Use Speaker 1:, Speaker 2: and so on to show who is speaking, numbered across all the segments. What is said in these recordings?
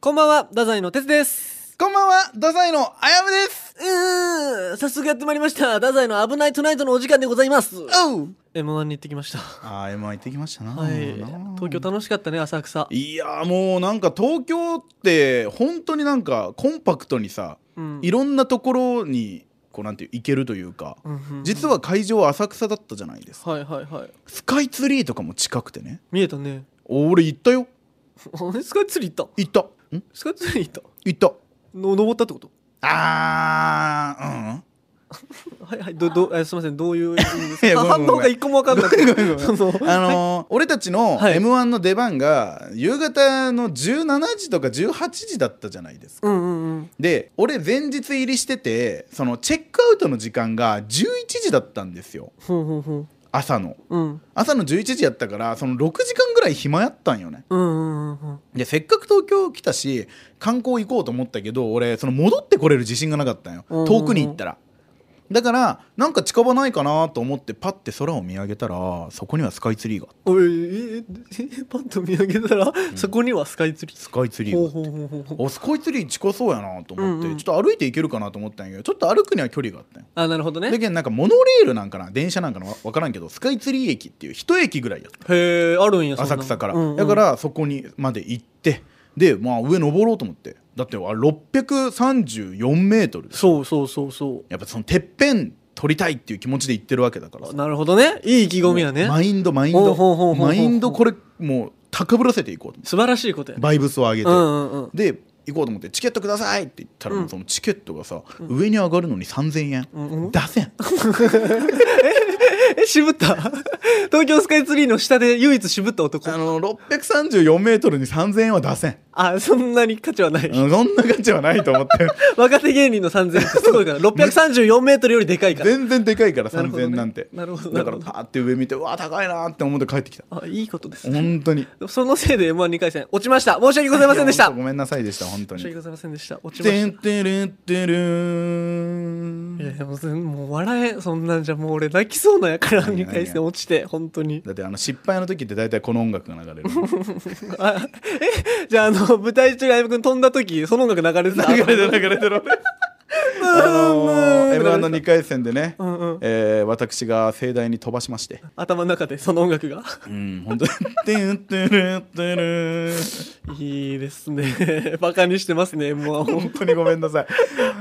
Speaker 1: こんばんは、太宰の哲です。
Speaker 2: こんばんは、太宰のあやむです。
Speaker 1: うーん、早速やってまいりました。太宰の危ないトゥナイトのお時間でございます。
Speaker 2: おう。
Speaker 1: M1 に行ってきました。は
Speaker 2: ああ、M 行ってきましたな。
Speaker 1: い。東京楽しかったね、浅草。
Speaker 2: いやーもうなんか東京って本当になんかコンパクトにさ、
Speaker 1: うん
Speaker 2: いろんなところにこうなんていう行けるというか、
Speaker 1: うんうんうん
Speaker 2: 実は会場は浅草だったじゃないですか。
Speaker 1: はいはいはい。
Speaker 2: スカイツリーとかも近くてね。
Speaker 1: 見えたね。
Speaker 2: 俺行ったよ。
Speaker 1: あれスカイツリー行っ
Speaker 2: 行った。ん？
Speaker 1: た。スカイツリー行った。
Speaker 2: 行った。
Speaker 1: の登ったってこと
Speaker 2: あー、うん。
Speaker 1: はいはい。どどえすみません、どう いう意味です
Speaker 2: いや
Speaker 1: か
Speaker 2: ごめんご
Speaker 1: 反応
Speaker 2: めん
Speaker 1: が一個も分かんなくて。その
Speaker 2: あのー俺たちの
Speaker 1: はい
Speaker 2: m 1の出番が夕方の17時とか18時だったじゃないですか
Speaker 1: うんうんうん。
Speaker 2: で俺前日入りしててそのチェックアウトの時間が11時だったんですよ
Speaker 1: ほうほうほ
Speaker 2: 朝の
Speaker 1: う。うん。
Speaker 2: 朝の11時やったからその6時間ぐらい暇やったんよね
Speaker 1: うんうんうんうん。
Speaker 2: でせっかく東京来たし観光行こうと思ったけど俺その戻ってこれる自信がなかったんよ
Speaker 1: うんうんうん
Speaker 2: 遠くに行ったらだからなんか近場ないかなと思ってパッて空を見上げたらそこにはスカイツリーが
Speaker 1: おいえ、え、え、パッと見上げたら、そこにはスカイツリー。
Speaker 2: スカイツリーが
Speaker 1: ほうほうほうほうほう。
Speaker 2: おスカイツリー近そうやなと思って、
Speaker 1: うんうん
Speaker 2: ちょっと歩いて行けるかなと思ったんやけどちょっと歩くには距離があったんよ
Speaker 1: あ、なるほどね
Speaker 2: だ。けどなんかモノレールなんかな電車なんかなわわからんけどスカイツリー駅っていう一駅ぐらいやった
Speaker 1: へえあるんやそんな
Speaker 2: 浅
Speaker 1: の
Speaker 2: 草から、
Speaker 1: うんうん
Speaker 2: だからそこにまで行ってでまあ上登ろうと思ってだってあれ634メートル
Speaker 1: そうそうそうそ
Speaker 2: やっぱそのてっぺん取りたいっていう気持ちで行ってるわけだから
Speaker 1: う
Speaker 2: さ
Speaker 1: なるほどねいい意気込みやね
Speaker 2: マインドマインド
Speaker 1: ほうほうほうほうほう
Speaker 2: マインドこれもう高ぶらせていこうと思って
Speaker 1: 素晴らしいことや
Speaker 2: バイブスを上げて、
Speaker 1: うんうんうん
Speaker 2: で行こうと思ってチケットくださいって言ったら、
Speaker 1: うん
Speaker 2: そのチケットがさ、上に上がるのに3000円、
Speaker 1: うんうん
Speaker 2: 出せん
Speaker 1: え渋った 東京スカイツリーの下で唯一渋った男
Speaker 2: あの634メートルに3000円は出せん、
Speaker 1: あそんなに価値はない
Speaker 2: うんそんな価値はないと思って
Speaker 1: 若手芸人の3000ってすごい から634メートルよりでかいから
Speaker 2: 全然でかいから
Speaker 1: なるほ
Speaker 2: 3000
Speaker 1: ど
Speaker 2: 円
Speaker 1: ね
Speaker 2: なんて、
Speaker 1: なるほどな
Speaker 2: だ
Speaker 1: るほ
Speaker 2: か
Speaker 1: ど
Speaker 2: らパーって上見てうわ高いなーって思って帰ってきた
Speaker 1: あいいことです
Speaker 2: 本当に
Speaker 1: そのせいで m 1 2回戦落ちました申し訳ございませんでし
Speaker 2: い
Speaker 1: た
Speaker 2: やほと
Speaker 1: 申
Speaker 2: ごめんなさいでした本当
Speaker 1: し訳
Speaker 2: に
Speaker 1: ございませんでした落ちま
Speaker 2: て
Speaker 1: し
Speaker 2: んてるってる
Speaker 1: たいや
Speaker 2: ーん
Speaker 1: いやもう全もう笑えそんなんじゃもう俺泣きそうなんやから
Speaker 2: いやいや
Speaker 1: 2回戦落ちて本当に
Speaker 2: だってあの失敗の時って大体この音楽が流 れる
Speaker 1: あえじゃあ、あの、舞台中にあやむくん飛んだ時、その音楽流れてた
Speaker 2: 流れてる流 れてるあのー、m 1の2回戦でね、
Speaker 1: んうん
Speaker 2: えー私が盛大に飛ばしまして、
Speaker 1: 頭の中でその音楽が。
Speaker 2: うん、本当に「てんてるてる」
Speaker 1: いいですね。 バカにしてますね、 もう。
Speaker 2: 本当にごめんなさい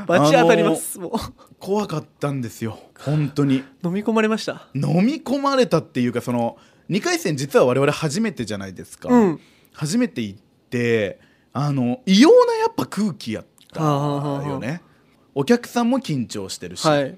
Speaker 1: バチ当たります。も
Speaker 2: あのー怖かったんですよ本当に
Speaker 1: う。飲み込まれました。
Speaker 2: 飲み込まれたっていうかその2回戦実は我々初めてじゃないですか、
Speaker 1: うん
Speaker 2: 初めて行ってあの異様なやっぱ空気やった
Speaker 1: はあはあはあ
Speaker 2: よねお客さんも緊張してるし、
Speaker 1: はい。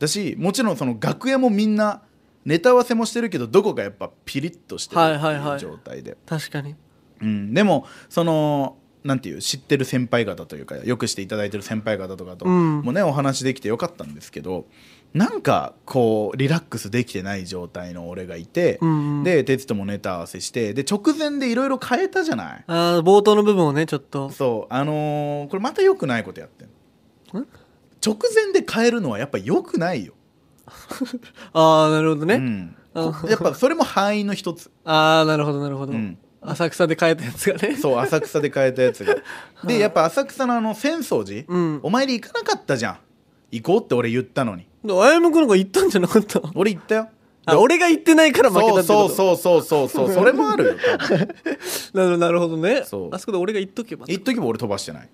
Speaker 2: だしもちろんその楽屋もみんなネタ合わせもしてるけどどこかやっぱピリッとしてるって
Speaker 1: はいはい
Speaker 2: い
Speaker 1: は
Speaker 2: う
Speaker 1: い
Speaker 2: 状態で、
Speaker 1: 確かに。
Speaker 2: うん、でもそのなんていう知ってる先輩方というかよくしていただいてる先輩方とかと
Speaker 1: うん
Speaker 2: もね、お話できてよかったんですけどなんかこうリラックスできてない状態の俺がいて、
Speaker 1: うんうん
Speaker 2: で哲ともネタ合わせしてで直前でいろいろ変えたじゃない
Speaker 1: あー冒頭の部分をね、ちょっと。
Speaker 2: そうあのーこれまた良くないことやってん
Speaker 1: ん
Speaker 2: 直前で変えるのはやっぱ良くないよ、
Speaker 1: ああ、なるほどね。
Speaker 2: うん、こ
Speaker 1: あ
Speaker 2: やっぱそれも敗因の一つ
Speaker 1: ああ、なるほど、なるほど
Speaker 2: うん。
Speaker 1: 浅草で変えたやつがね。
Speaker 2: そう浅草で変えたや つがでやっぱ浅草のあの浅草寺、
Speaker 1: うん
Speaker 2: お参り行かなかったじゃん行こうって俺言ったのに
Speaker 1: であやむくんの方が言ったんじゃなかった
Speaker 2: 俺行ったよ
Speaker 1: あ俺が言ってないから負けたって
Speaker 2: そ
Speaker 1: こ
Speaker 2: う
Speaker 1: と
Speaker 2: そうそうそうそうそうそれもあるよ多分
Speaker 1: なるなるほどね
Speaker 2: そう
Speaker 1: あそこで俺が言っとけば
Speaker 2: 言っとけば俺飛ばしてない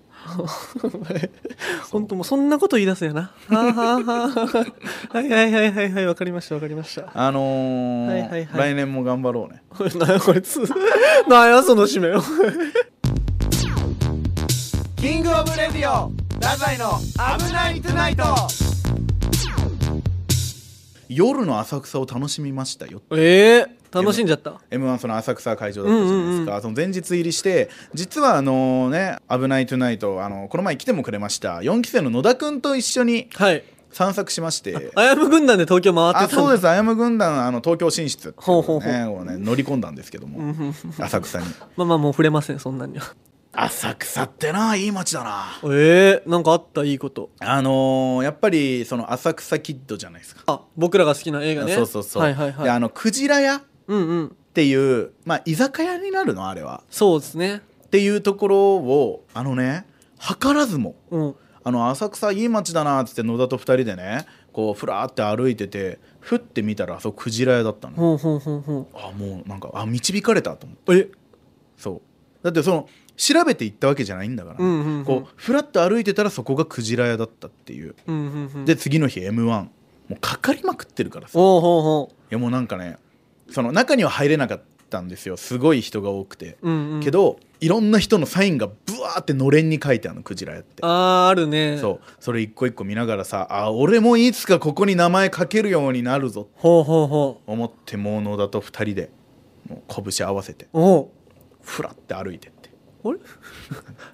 Speaker 1: 本当もうそんなこと言い出すやな。はあ、はあはあ、はいはいはいはいはいわかりましたわかりました。
Speaker 2: あのー
Speaker 1: はいはいはい
Speaker 2: 来年も頑張ろうね
Speaker 1: これなんやこいつ。なんやその締めよ。
Speaker 2: キングオブレディオ太宰の危ないトゥナイト夜の浅草を楽しみましたよ
Speaker 1: ええ楽しんじゃった。
Speaker 2: m 1その浅草会場だったじゃないですか、その前日入りして実はあのね「危ないトゥナイト」あのこの前来てもくれました4期生の野田君と一緒に
Speaker 1: はい。
Speaker 2: 散策しまして
Speaker 1: あやむ軍団で東京回ってた
Speaker 2: あ
Speaker 1: んだ
Speaker 2: そうですあやむ軍団あの東京進出っていう
Speaker 1: ほうほうほう
Speaker 2: ねをね乗り込んだんですけども浅草に
Speaker 1: まあまあもう触れませんそんなには。
Speaker 2: 浅草ってないい街だな
Speaker 1: ええなんかあったいいこと。
Speaker 2: あのーやっぱりその浅草キッドじゃないですか
Speaker 1: あ僕らが好きな映画ね。
Speaker 2: そうそうそう、
Speaker 1: はいはいは
Speaker 2: で
Speaker 1: い。
Speaker 2: あのクジラ屋っ
Speaker 1: うんうん。
Speaker 2: ていう、まあ、居酒屋になるのあれは
Speaker 1: そうですね。
Speaker 2: っっていうところをあのね図らずも
Speaker 1: うん
Speaker 2: あの浅草いい街だなっつって野田と2人でねこうふらーって歩いててふって見たらあそこクジラ屋だったの、
Speaker 1: ほうほうほうほ
Speaker 2: あもうなんかあ導かれたと思って
Speaker 1: うえ
Speaker 2: そうだってその調べて行ったわけじゃないんだから、
Speaker 1: うんうんうん
Speaker 2: こうふらっと歩いてたらそこがクジラ屋だったっていう
Speaker 1: うんうんうん
Speaker 2: で次の日 m 1もうかかりまくってるからさい
Speaker 1: ほうほうほ
Speaker 2: やもうなんかねその中には入れなかったんですよすごい人が多くて、
Speaker 1: ううんうん
Speaker 2: けどいろんな人のサインがブワーってのれんに書いてあるのクジラ屋って
Speaker 1: あーあるね
Speaker 2: そうそれ一個一個見ながらさあ俺もいつかここに名前書けるようになるぞ
Speaker 1: ほうほうほう
Speaker 2: と思ってもう野田と2人でもう拳合わせて
Speaker 1: おう
Speaker 2: ふらって歩いてって
Speaker 1: あれ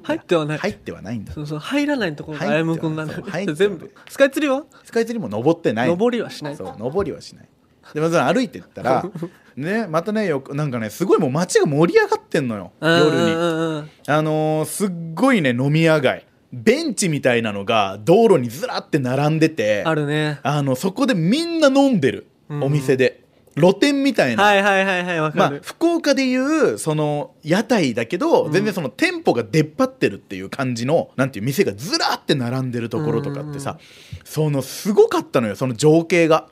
Speaker 1: 入ってはない、
Speaker 2: 入ってはないんだ
Speaker 1: そうそう入らないところがあやむくんなんだ
Speaker 2: 入ってはないそう入っては
Speaker 1: 全
Speaker 2: ない
Speaker 1: 部スカイツリーは
Speaker 2: スカイツリーも登ってない
Speaker 1: 登りはしない
Speaker 2: そう登りはしないでまず歩いてっ たらねまたねよくなんかねすごいもう街が盛り上がってんのよ夜に
Speaker 1: に
Speaker 2: あのーすっごいね飲み屋街ベンチみたいなのが道路にずらって並んでて
Speaker 1: あるね
Speaker 2: あのそこでみんな飲んでる
Speaker 1: うん
Speaker 2: お店で露店みたいな、
Speaker 1: はいはいはいはいわ
Speaker 2: ま
Speaker 1: か
Speaker 2: あ
Speaker 1: る、
Speaker 2: 福岡でいうその屋台だけど、
Speaker 1: うん
Speaker 2: 全然その店舗が出っ張ってるっていう感じのなんていう店がずらって並んでるところとかってさ、
Speaker 1: うん
Speaker 2: そのすごかったのよその情景が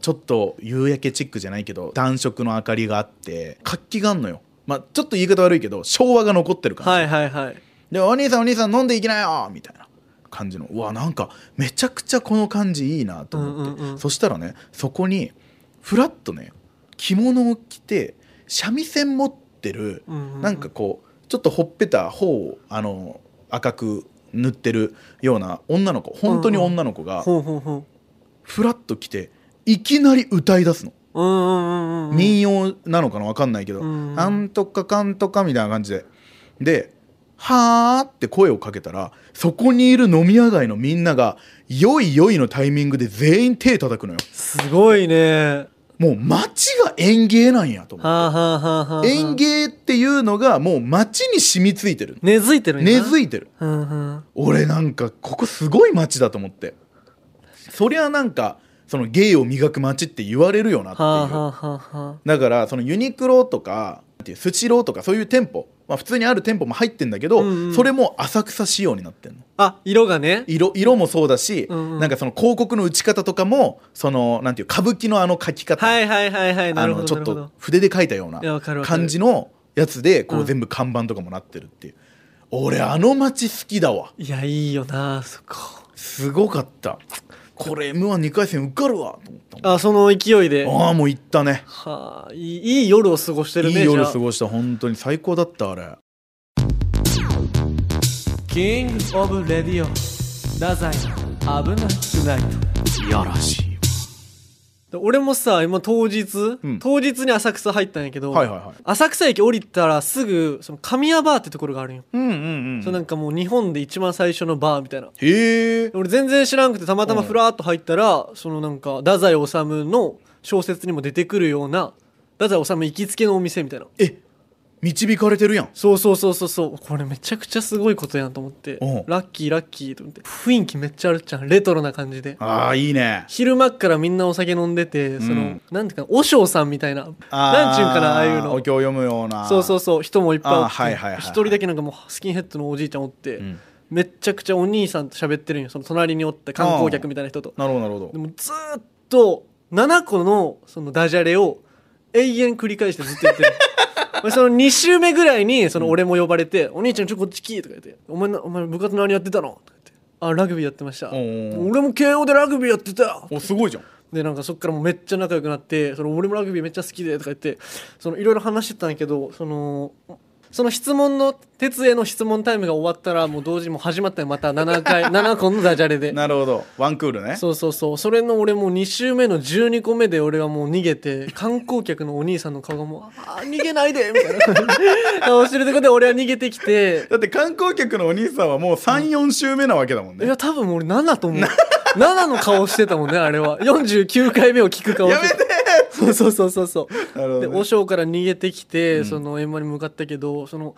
Speaker 2: ちょっと夕焼けチックじゃないけど暖色の明かりがあって活気があんのよ。まあ、ちょっと言い方悪いけど昭和が残ってる感じ、
Speaker 1: はいはいはい
Speaker 2: で「お兄さんお兄さん飲んでいきなよ」みたいな感じのうわなんかめちゃくちゃこの感じいいなと思って、
Speaker 1: うんうんうん
Speaker 2: そしたらねそこにふらっとね着物を着て三味線持ってる、
Speaker 1: うんうん
Speaker 2: なんかこうちょっとほっぺた頬をあの赤く塗ってるような女の子本当に女の子が
Speaker 1: ほうほうほ
Speaker 2: ふらっと来ていきなり歌い出すの。
Speaker 1: ううんうんうんうん
Speaker 2: 民謡なのかなわかんないけど「
Speaker 1: うん
Speaker 2: なんとかかんとか」みたいな感じでで「はーって声をかけたらそこにいる飲み屋街のみんなが「よいよい」のタイミングで全員手叩くのよ
Speaker 1: すごいね
Speaker 2: もう街が園芸なんやと思う
Speaker 1: はあはあはあはあ
Speaker 2: 園芸っていうのがもう街に染みついてる
Speaker 1: 根付いてるんや
Speaker 2: 根
Speaker 1: な
Speaker 2: 付いてる
Speaker 1: うんうん
Speaker 2: 俺なんかここすごい街だと思ってそりゃなんかその芸を磨く街って言われるよなっ
Speaker 1: は
Speaker 2: て
Speaker 1: あ
Speaker 2: いう
Speaker 1: はあはあはあ
Speaker 2: だからそのユニクロとかなんていうスシローとかそういう店舗、まあ、普通にある店舗も入ってんだけど、
Speaker 1: うんうん
Speaker 2: それも浅草仕様になってんの
Speaker 1: あ色がね
Speaker 2: 色色もそうだし、
Speaker 1: うんうん
Speaker 2: なんかその広告の打ち方とかもそのなんていう歌舞伎のあの書き方、
Speaker 1: はいはいはいはいな
Speaker 2: あ
Speaker 1: るほ
Speaker 2: のち
Speaker 1: ど
Speaker 2: ょ
Speaker 1: な
Speaker 2: っ
Speaker 1: るほ
Speaker 2: と
Speaker 1: ど
Speaker 2: 筆で書いたようない
Speaker 1: やわかるわかる
Speaker 2: 感じのやつでこ
Speaker 1: う
Speaker 2: うん全部看板とかもなってるっていう、俺あの街好きだわ
Speaker 1: いやいいよなそこ
Speaker 2: すごかったこれ m 1 2回戦受かるわと思ったもん
Speaker 1: あその勢いで
Speaker 2: ああもう行ったね
Speaker 1: はあいいいい夜を過ごしてるね
Speaker 2: いい夜過
Speaker 1: ご
Speaker 2: ごした本当に最高だったあれ
Speaker 1: キングオブレディオ太宰危なくない
Speaker 2: いやらしいわ
Speaker 1: で俺もさ今当日、
Speaker 2: うん
Speaker 1: 当日に浅草入ったんやけど、
Speaker 2: はいはいはい
Speaker 1: 浅草駅降りたらすぐその神谷バーってところがあるんよ、
Speaker 2: うんうんうん
Speaker 1: そのなんかもう日本で一番最初のバーみたいな
Speaker 2: へえ
Speaker 1: で俺全然知らんくてたまたまふらっと入ったら、そのなんか太宰治の小説にも出てくるような太宰治行きつけのお店みたいな
Speaker 2: え導かれてるやん
Speaker 1: そうそうそうそうそうこれめちゃくちゃすごいことやんと思って
Speaker 2: うん
Speaker 1: ラッキーラッキーと思って雰囲気めっちゃあるじゃんレトロな感じで
Speaker 2: ああいいね
Speaker 1: 昼間っからみんなお酒飲んでて、その
Speaker 2: ん
Speaker 1: なんていうか和尚さんみたいな
Speaker 2: あー
Speaker 1: なんちゅうんかなああいう
Speaker 2: お
Speaker 1: の
Speaker 2: 経を読むような
Speaker 1: そうそうそう人もいっぱいおって
Speaker 2: あーはいはいはいはい
Speaker 1: 一人だけなんかもうスキンヘッドのおじいちゃんおって、
Speaker 2: ん
Speaker 1: めっちゃくちゃお兄さんと喋ってるんよその隣におった観光客みたいな人と
Speaker 2: なるほどなるほ
Speaker 1: で
Speaker 2: ど
Speaker 1: もずーっと7個のそのダジャレを永遠繰り返してずっと言ってる俺その2週目ぐらいにその俺も呼ばれて「お兄ちゃんちょこっち来」とか言って「お前なお前部活何やってたの?」とか言って「あラグビーやってました」「
Speaker 2: おー
Speaker 1: 俺も慶応でラグビーやってたよ」
Speaker 2: おすごいじゃん
Speaker 1: でなんかそっからもうめっちゃ仲良くなってその俺もラグビーめっちゃ好きでとか言ってそのいろいろ話してたんやけどそのその質問の哲への質問タイムが終わったらもう同時にもう始まったよまた7回7個のダジャレ で
Speaker 2: なるほどワンクールね
Speaker 1: そうそうそうそれの俺もう2周目の12個目で俺はもう逃げて観光客のお兄さんの顔がもう「 あー逃げないで」みたい な顔してるとこで俺は逃げてき て
Speaker 2: だって観光客のお兄さんはもう34週目なわけだもん
Speaker 1: い
Speaker 2: ね
Speaker 1: や多分俺7と思う7の顔してたもんねあれは49回目を聞く顔
Speaker 2: やめて
Speaker 1: そうそうそうそうそう
Speaker 2: なるほどね
Speaker 1: で和尚から逃げてきて、その円満に向かったけどその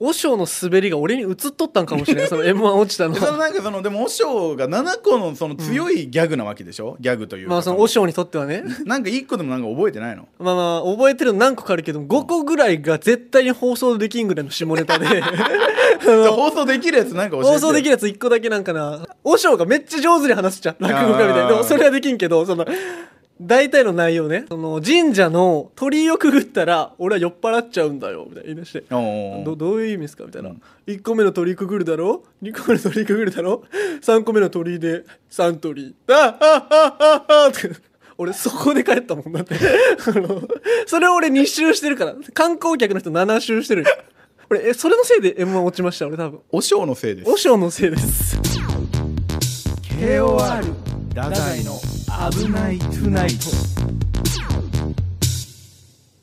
Speaker 1: 和尚の滑りが俺に映っとったんかもしれないその m 1落ちたの
Speaker 2: でそのなんかそのでも和尚が7個のその強いギャグなわけでしょ、ギャグというか
Speaker 1: まあその和尚にとってはね
Speaker 2: なんか1個でもなんか覚えてないの
Speaker 1: まあまあ覚えてるの何個かあるけど5個ぐらいが絶対に放送できんぐらいの下ネタで
Speaker 2: じゃあ放送できるやつなんか教えてよ
Speaker 1: 放送できるやつ1個だけなんかな和尚がめっちゃ上手に話すじゃん落語家みたいな
Speaker 2: あー
Speaker 1: でもそれはできんけどその大体の内容ねその神社の鳥居をくぐったら俺は酔っ払っちゃうんだよみたいな言い出して
Speaker 2: おー
Speaker 1: どどういう意味ですかみたいな、
Speaker 2: うん
Speaker 1: 1個目の鳥居くぐるだろ2個目の鳥居くぐるだろ3個目の鳥居でサントリーあああああって俺そこで帰ったもんだってあのそれを俺2周してるから観光客の人7周してる俺えそれのせいで m 1落ちました俺多分
Speaker 2: 和尚のせいです
Speaker 1: 和尚のせいです
Speaker 2: KOR ラ
Speaker 1: ダイの
Speaker 2: 危ないトゥナイト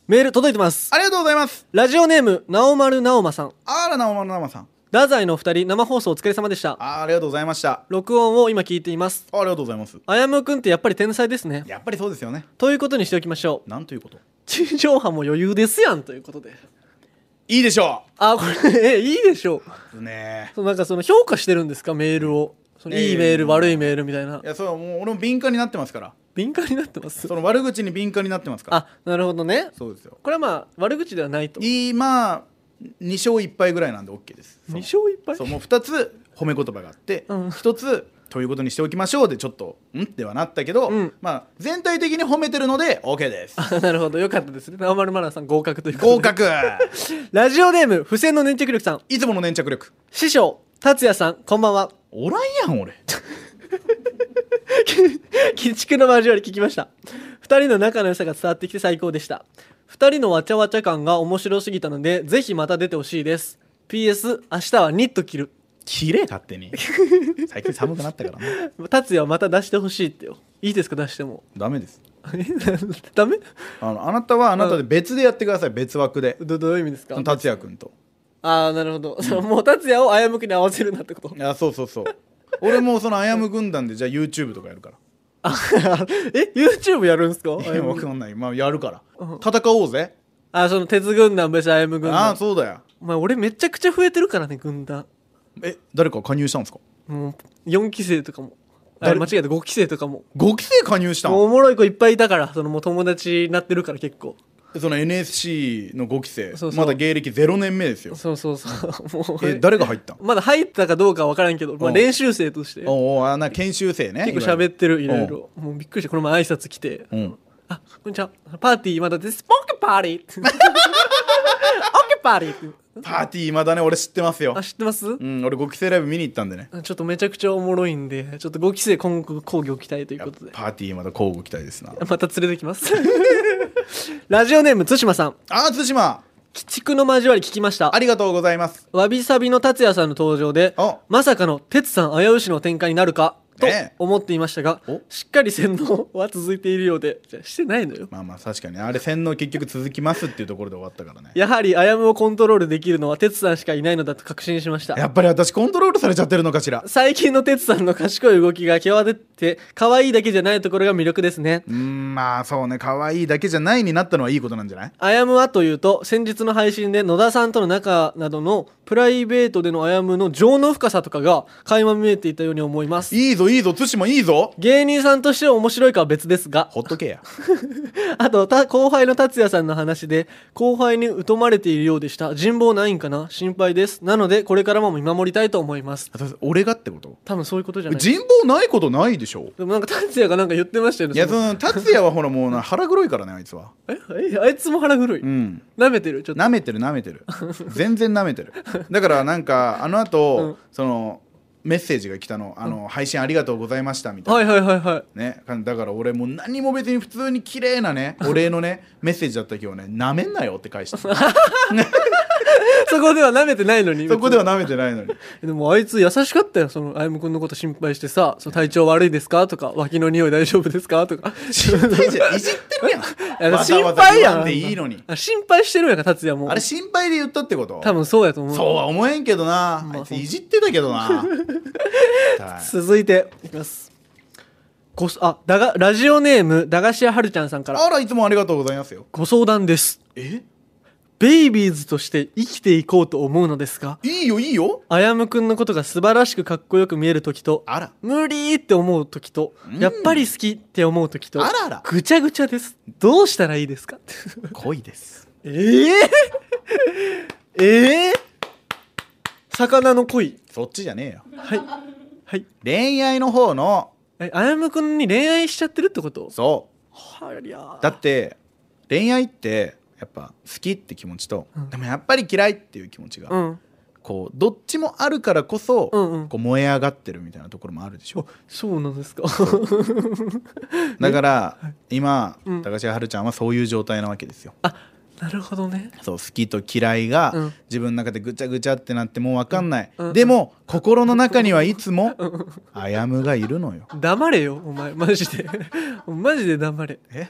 Speaker 1: メール届いてます
Speaker 2: ありがとうございます
Speaker 1: ラジオネームなおまるなおまさん
Speaker 2: あらなおまなまさん
Speaker 1: 太宰のお二人生放送お疲れ様でした
Speaker 2: あーありがとうございましたあ
Speaker 1: 録音を今聞いています
Speaker 2: りがとうございます
Speaker 1: あやむくんってやっぱり天才ですね
Speaker 2: やっぱりそうですよね
Speaker 1: ということにしておきましょう
Speaker 2: なんということ
Speaker 1: 地上波も余裕ですやんということで
Speaker 2: いいでしょ
Speaker 1: あこれえいいでしょう
Speaker 2: うね
Speaker 1: そうなんかその評価してるんですかメールをその
Speaker 2: ねえ
Speaker 1: いいメール悪いメールみたいない
Speaker 2: やそうもう俺も敏感になってますから
Speaker 1: 敏感になってます
Speaker 2: その悪口に敏感になってますから
Speaker 1: あなるほどね
Speaker 2: そうですよ
Speaker 1: これはまあ悪口ではないと2
Speaker 2: 今2勝1敗ぐらいなんで OK ですその
Speaker 1: 勝1敗
Speaker 2: そうもう2つ褒め言葉があって、
Speaker 1: うん
Speaker 2: 1つということにしておきましょうでちょっとんってはなったけど、
Speaker 1: うん
Speaker 2: まあ全体的に褒めてるので OK です
Speaker 1: あなるほどよかったですね生丸マナーさん合格ということで
Speaker 2: 合格
Speaker 1: ラジオネーム付箋の粘着力さん
Speaker 2: いつもの粘着力
Speaker 1: 師匠達也さんこんばんは
Speaker 2: おらんやん俺
Speaker 1: 鬼畜の交わり聞きました2人の仲の良さが伝わってきて最高でした2人のわちゃわちゃ感が面白すぎたのでぜひまた出てほしいです PS 明日はニット着る
Speaker 2: 綺麗勝手に最近寒くなったからね
Speaker 1: 達也はまた出してほしいってよいいですか出しても
Speaker 2: ダメです
Speaker 1: えダメ
Speaker 2: あのあなたはあなたで別でやってください別枠で
Speaker 1: どどういう意味ですか
Speaker 2: 達也君と
Speaker 1: ああなるほどそのもう達也をあやむくに合わせるなってこと
Speaker 2: あそうそうそう俺もそのあやむ軍団でじゃあ YouTube とかやるから
Speaker 1: あえ YouTube やるんすかあ
Speaker 2: い
Speaker 1: や
Speaker 2: や
Speaker 1: む
Speaker 2: 分
Speaker 1: くん
Speaker 2: かんないまあやるから
Speaker 1: うん
Speaker 2: 戦おうぜ
Speaker 1: あその鉄軍団別にあやむ軍
Speaker 2: ああ
Speaker 1: 団
Speaker 2: そうだよ
Speaker 1: お前俺めちゃくちゃ増えてるからね軍団
Speaker 2: え誰か加入したんですか
Speaker 1: もう4期生とかもあ間違
Speaker 2: 誰
Speaker 1: えた5期生とかも
Speaker 2: 5期生加入した
Speaker 1: もうんおもろい子いっぱいいたからそのもう友達になってるから結構
Speaker 2: その NSC の5期生
Speaker 1: そうそう
Speaker 2: まだ芸歴0年目ですよ
Speaker 1: そうそう そうもう
Speaker 2: え誰が入ったん
Speaker 1: まだ入ったかどうかは分からんけど、まあ、
Speaker 2: うん
Speaker 1: 練習生として
Speaker 2: おうおうあな研修生ね
Speaker 1: 結構喋ってるい
Speaker 2: いわ
Speaker 1: ろ
Speaker 2: ゆ
Speaker 1: い
Speaker 2: る
Speaker 1: ろもうびっくりしたこの前挨拶来て
Speaker 2: うん
Speaker 1: 「あこんにちはパーティーまだですポークパーティー」オッケーパーティー」
Speaker 2: パーティーまだね俺知ってますよ
Speaker 1: あ知ってます、
Speaker 2: うん俺5期生ライブ見に行ったんでね
Speaker 1: ちょっとめちゃくちゃおもろいんでちょっと5期生今後講義を期待という
Speaker 2: や
Speaker 1: ことで
Speaker 2: パーティーまだ交互期待ですな
Speaker 1: また連れてきます ラジオネーム対馬さん
Speaker 2: あー対馬
Speaker 1: 「鬼畜の交わり聞きました
Speaker 2: あ」りがとうございます
Speaker 1: わびさびの達也さんの登場で
Speaker 2: あ
Speaker 1: まさかの哲さん危うしの展開になるかと
Speaker 2: ねえ
Speaker 1: 思っていましたが、
Speaker 2: お
Speaker 1: しっかり洗脳は続いているようでじゃあしてないのよ
Speaker 2: まあまあ確かにねあれ洗脳結局続きますっていうところで終わったからね
Speaker 1: やはりアヤムをコントロールできるのは哲さんしかいないのだと確信しました
Speaker 2: やっぱり私コントロールされちゃってるのかしら
Speaker 1: 最近の哲さんの賢い動きが際立って可愛いだけじゃないところが魅力ですね
Speaker 2: うーんまあそうね可愛いだけじゃないになったのはいいことなんじゃない
Speaker 1: アヤムはというと先日の配信で野田さんとの仲などのプライベートでのアヤムの情の深さとかが垣間見えていたように思います
Speaker 2: いいぞいいぞ対馬いいぞ
Speaker 1: 芸人さんとしては面白いかは別ですが
Speaker 2: ほっとけ や
Speaker 1: あとた後輩の達也さんの話で後輩に疎まれているようでした人望ないんかな心配ですなのでこれからも見守りたいと思います
Speaker 2: 俺がってこと
Speaker 1: 多分そういうことじゃない
Speaker 2: 人望ないことないでしょ
Speaker 1: でもなんか達也がなんか言ってましたよね
Speaker 2: いや
Speaker 1: そ
Speaker 2: そ
Speaker 1: の
Speaker 2: の達也はほらもうな腹黒いからねあいつは
Speaker 1: ええあいつも腹黒い
Speaker 2: うん
Speaker 1: 舐めてるちょっと
Speaker 2: 舐めてる舐め てる全然舐めてるだからなんかあの後、
Speaker 1: うん
Speaker 2: そのメッセージが来たのあの、配信ありがとうございました」みたいな、
Speaker 1: はいはいはいはい
Speaker 2: ね、だから俺もう何も別に普通に綺麗なねお礼の ねメッセージだったけどね「なめんなよ」って返した
Speaker 1: そこでは舐めてないのに
Speaker 2: そこでは舐めてないのに
Speaker 1: でもあいつ優しかったよそのあゆむくんのこと心配してさその体調悪いですかとか脇の匂い大丈夫ですかとか
Speaker 2: 心配 じゃんいじってるや
Speaker 1: あ
Speaker 2: ん
Speaker 1: の
Speaker 2: わざ
Speaker 1: 心
Speaker 2: わざ
Speaker 1: 配
Speaker 2: 言
Speaker 1: や
Speaker 2: わ
Speaker 1: ん
Speaker 2: んでいいのに
Speaker 1: あ心配してるんやんか達也も
Speaker 2: あれ心配で言ったってこと
Speaker 1: 多分そうやと思う
Speaker 2: そうは思えんけどな、
Speaker 1: まあ
Speaker 2: あいついじってた けどなはい
Speaker 1: 続いていきますごあだがラジオネーム駄菓子屋はるちゃんさんから
Speaker 2: あらいつもありがとうございますよ
Speaker 1: ご相談です
Speaker 2: え
Speaker 1: ベイビーズとして生きていこうと思うのですが
Speaker 2: いいよいいよ
Speaker 1: あやむくんのことが素晴らしくかっこよく見える時と
Speaker 2: あら
Speaker 1: 無理って思う時と
Speaker 2: うん
Speaker 1: やっぱり好きって思う時と
Speaker 2: あらら
Speaker 1: ぐちゃぐちゃですどうしたらいいですか
Speaker 2: 恋です
Speaker 1: えー、えー、魚の恋
Speaker 2: そっちじゃねえよ
Speaker 1: はいはい
Speaker 2: 恋愛の方の
Speaker 1: えあやむくんに恋愛しちゃってるってこと
Speaker 2: そ
Speaker 1: はりゃ
Speaker 2: うだって恋愛ってやっぱ好きって気持ちと、
Speaker 1: うん
Speaker 2: でもやっぱり嫌いっていう気持ちが、
Speaker 1: うん
Speaker 2: こうどっちもあるからこそ、
Speaker 1: うんうん
Speaker 2: こう燃え上がってるみたいなところもあるでしょ
Speaker 1: あそうなんですか
Speaker 2: だから、今、
Speaker 1: うん
Speaker 2: 高橋はるちゃんはそういう状態なわけですよ
Speaker 1: あなるほどね
Speaker 2: そう好きと嫌いが、
Speaker 1: うん
Speaker 2: 自分の中でぐちゃぐちゃってなってもう分かんない、
Speaker 1: うんうん
Speaker 2: でも心の中にはいつもあやむがいるのよ
Speaker 1: 黙れよお前マジで マジで黙れ
Speaker 2: え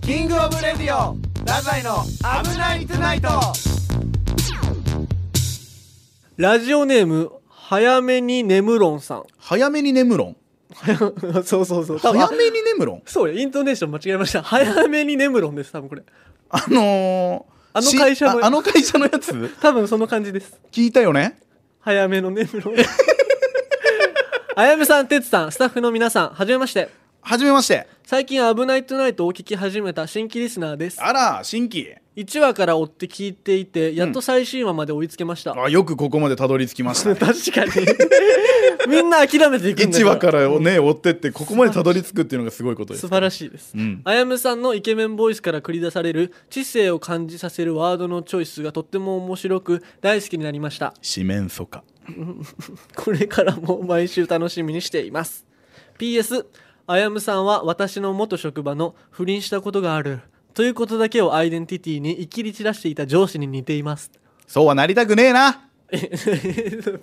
Speaker 2: キングオブレディオラザイの危ないトゥナイト
Speaker 1: ラジオネーム早めに眠ろんさん
Speaker 2: 早めに眠ろん
Speaker 1: そうそうそう多分
Speaker 2: 早めに眠ろん
Speaker 1: そうよイントネーション間違えました早めに眠ろんです多分これ
Speaker 2: あのー、
Speaker 1: あの
Speaker 2: し
Speaker 1: 会社の
Speaker 2: ああの会社のやつ
Speaker 1: 多分その感じです
Speaker 2: 聞いたよね
Speaker 1: 早めの眠ろん あやめさんてつさんスタッフの皆さんはじめまして
Speaker 2: はじめまして
Speaker 1: 最近「危ないトゥナイト」をお聞き始めた新規リスナーです
Speaker 2: あら新規
Speaker 1: 1話から追って聞いていてやっと最新話まで追いつけました、
Speaker 2: あよくここまでたどり着きましたね
Speaker 1: 確かにみんな諦めていくんだ
Speaker 2: 1
Speaker 1: よ
Speaker 2: 話からをね追ってってここまでたどり着くっていうのがすごいことです
Speaker 1: 素晴らしいです、
Speaker 2: うん
Speaker 1: あやむさんのイケメンボイスから繰り出される知性を感じさせるワードのチョイスがとっても面白く大好きになりました
Speaker 2: 四面楚歌
Speaker 1: これからも毎週楽しみにしています PS あやむさんは私の元職場の不倫したことがあるということだけをアイデンティティに生きり散らしていた上司に似ています
Speaker 2: そうはなりたくねえな
Speaker 1: え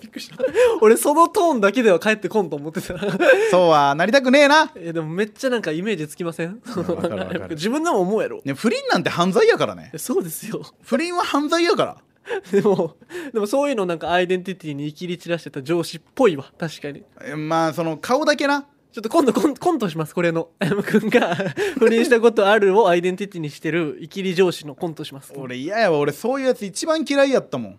Speaker 1: びっくりした俺そのトーンだけでは帰ってこんと思ってた
Speaker 2: そうはなりたくねえな、
Speaker 1: えでもめっちゃなんかイメージつきません
Speaker 2: わかるわかる
Speaker 1: 自分でも思うやろ
Speaker 2: ね、不倫なんて犯罪やからね
Speaker 1: えそうですよ
Speaker 2: 不倫は犯罪やから
Speaker 1: でもでもそういうのなんかアイデンティティに生きり散らしてた上司っぽいわ確かに
Speaker 2: えまあその顔だけな
Speaker 1: ちょっと今度コンコントしますこれの M 君が不倫したことあるをアイデンティティにしてる生きり上司のコントします
Speaker 2: 俺嫌やわ俺そういうやつ一番嫌いやったもん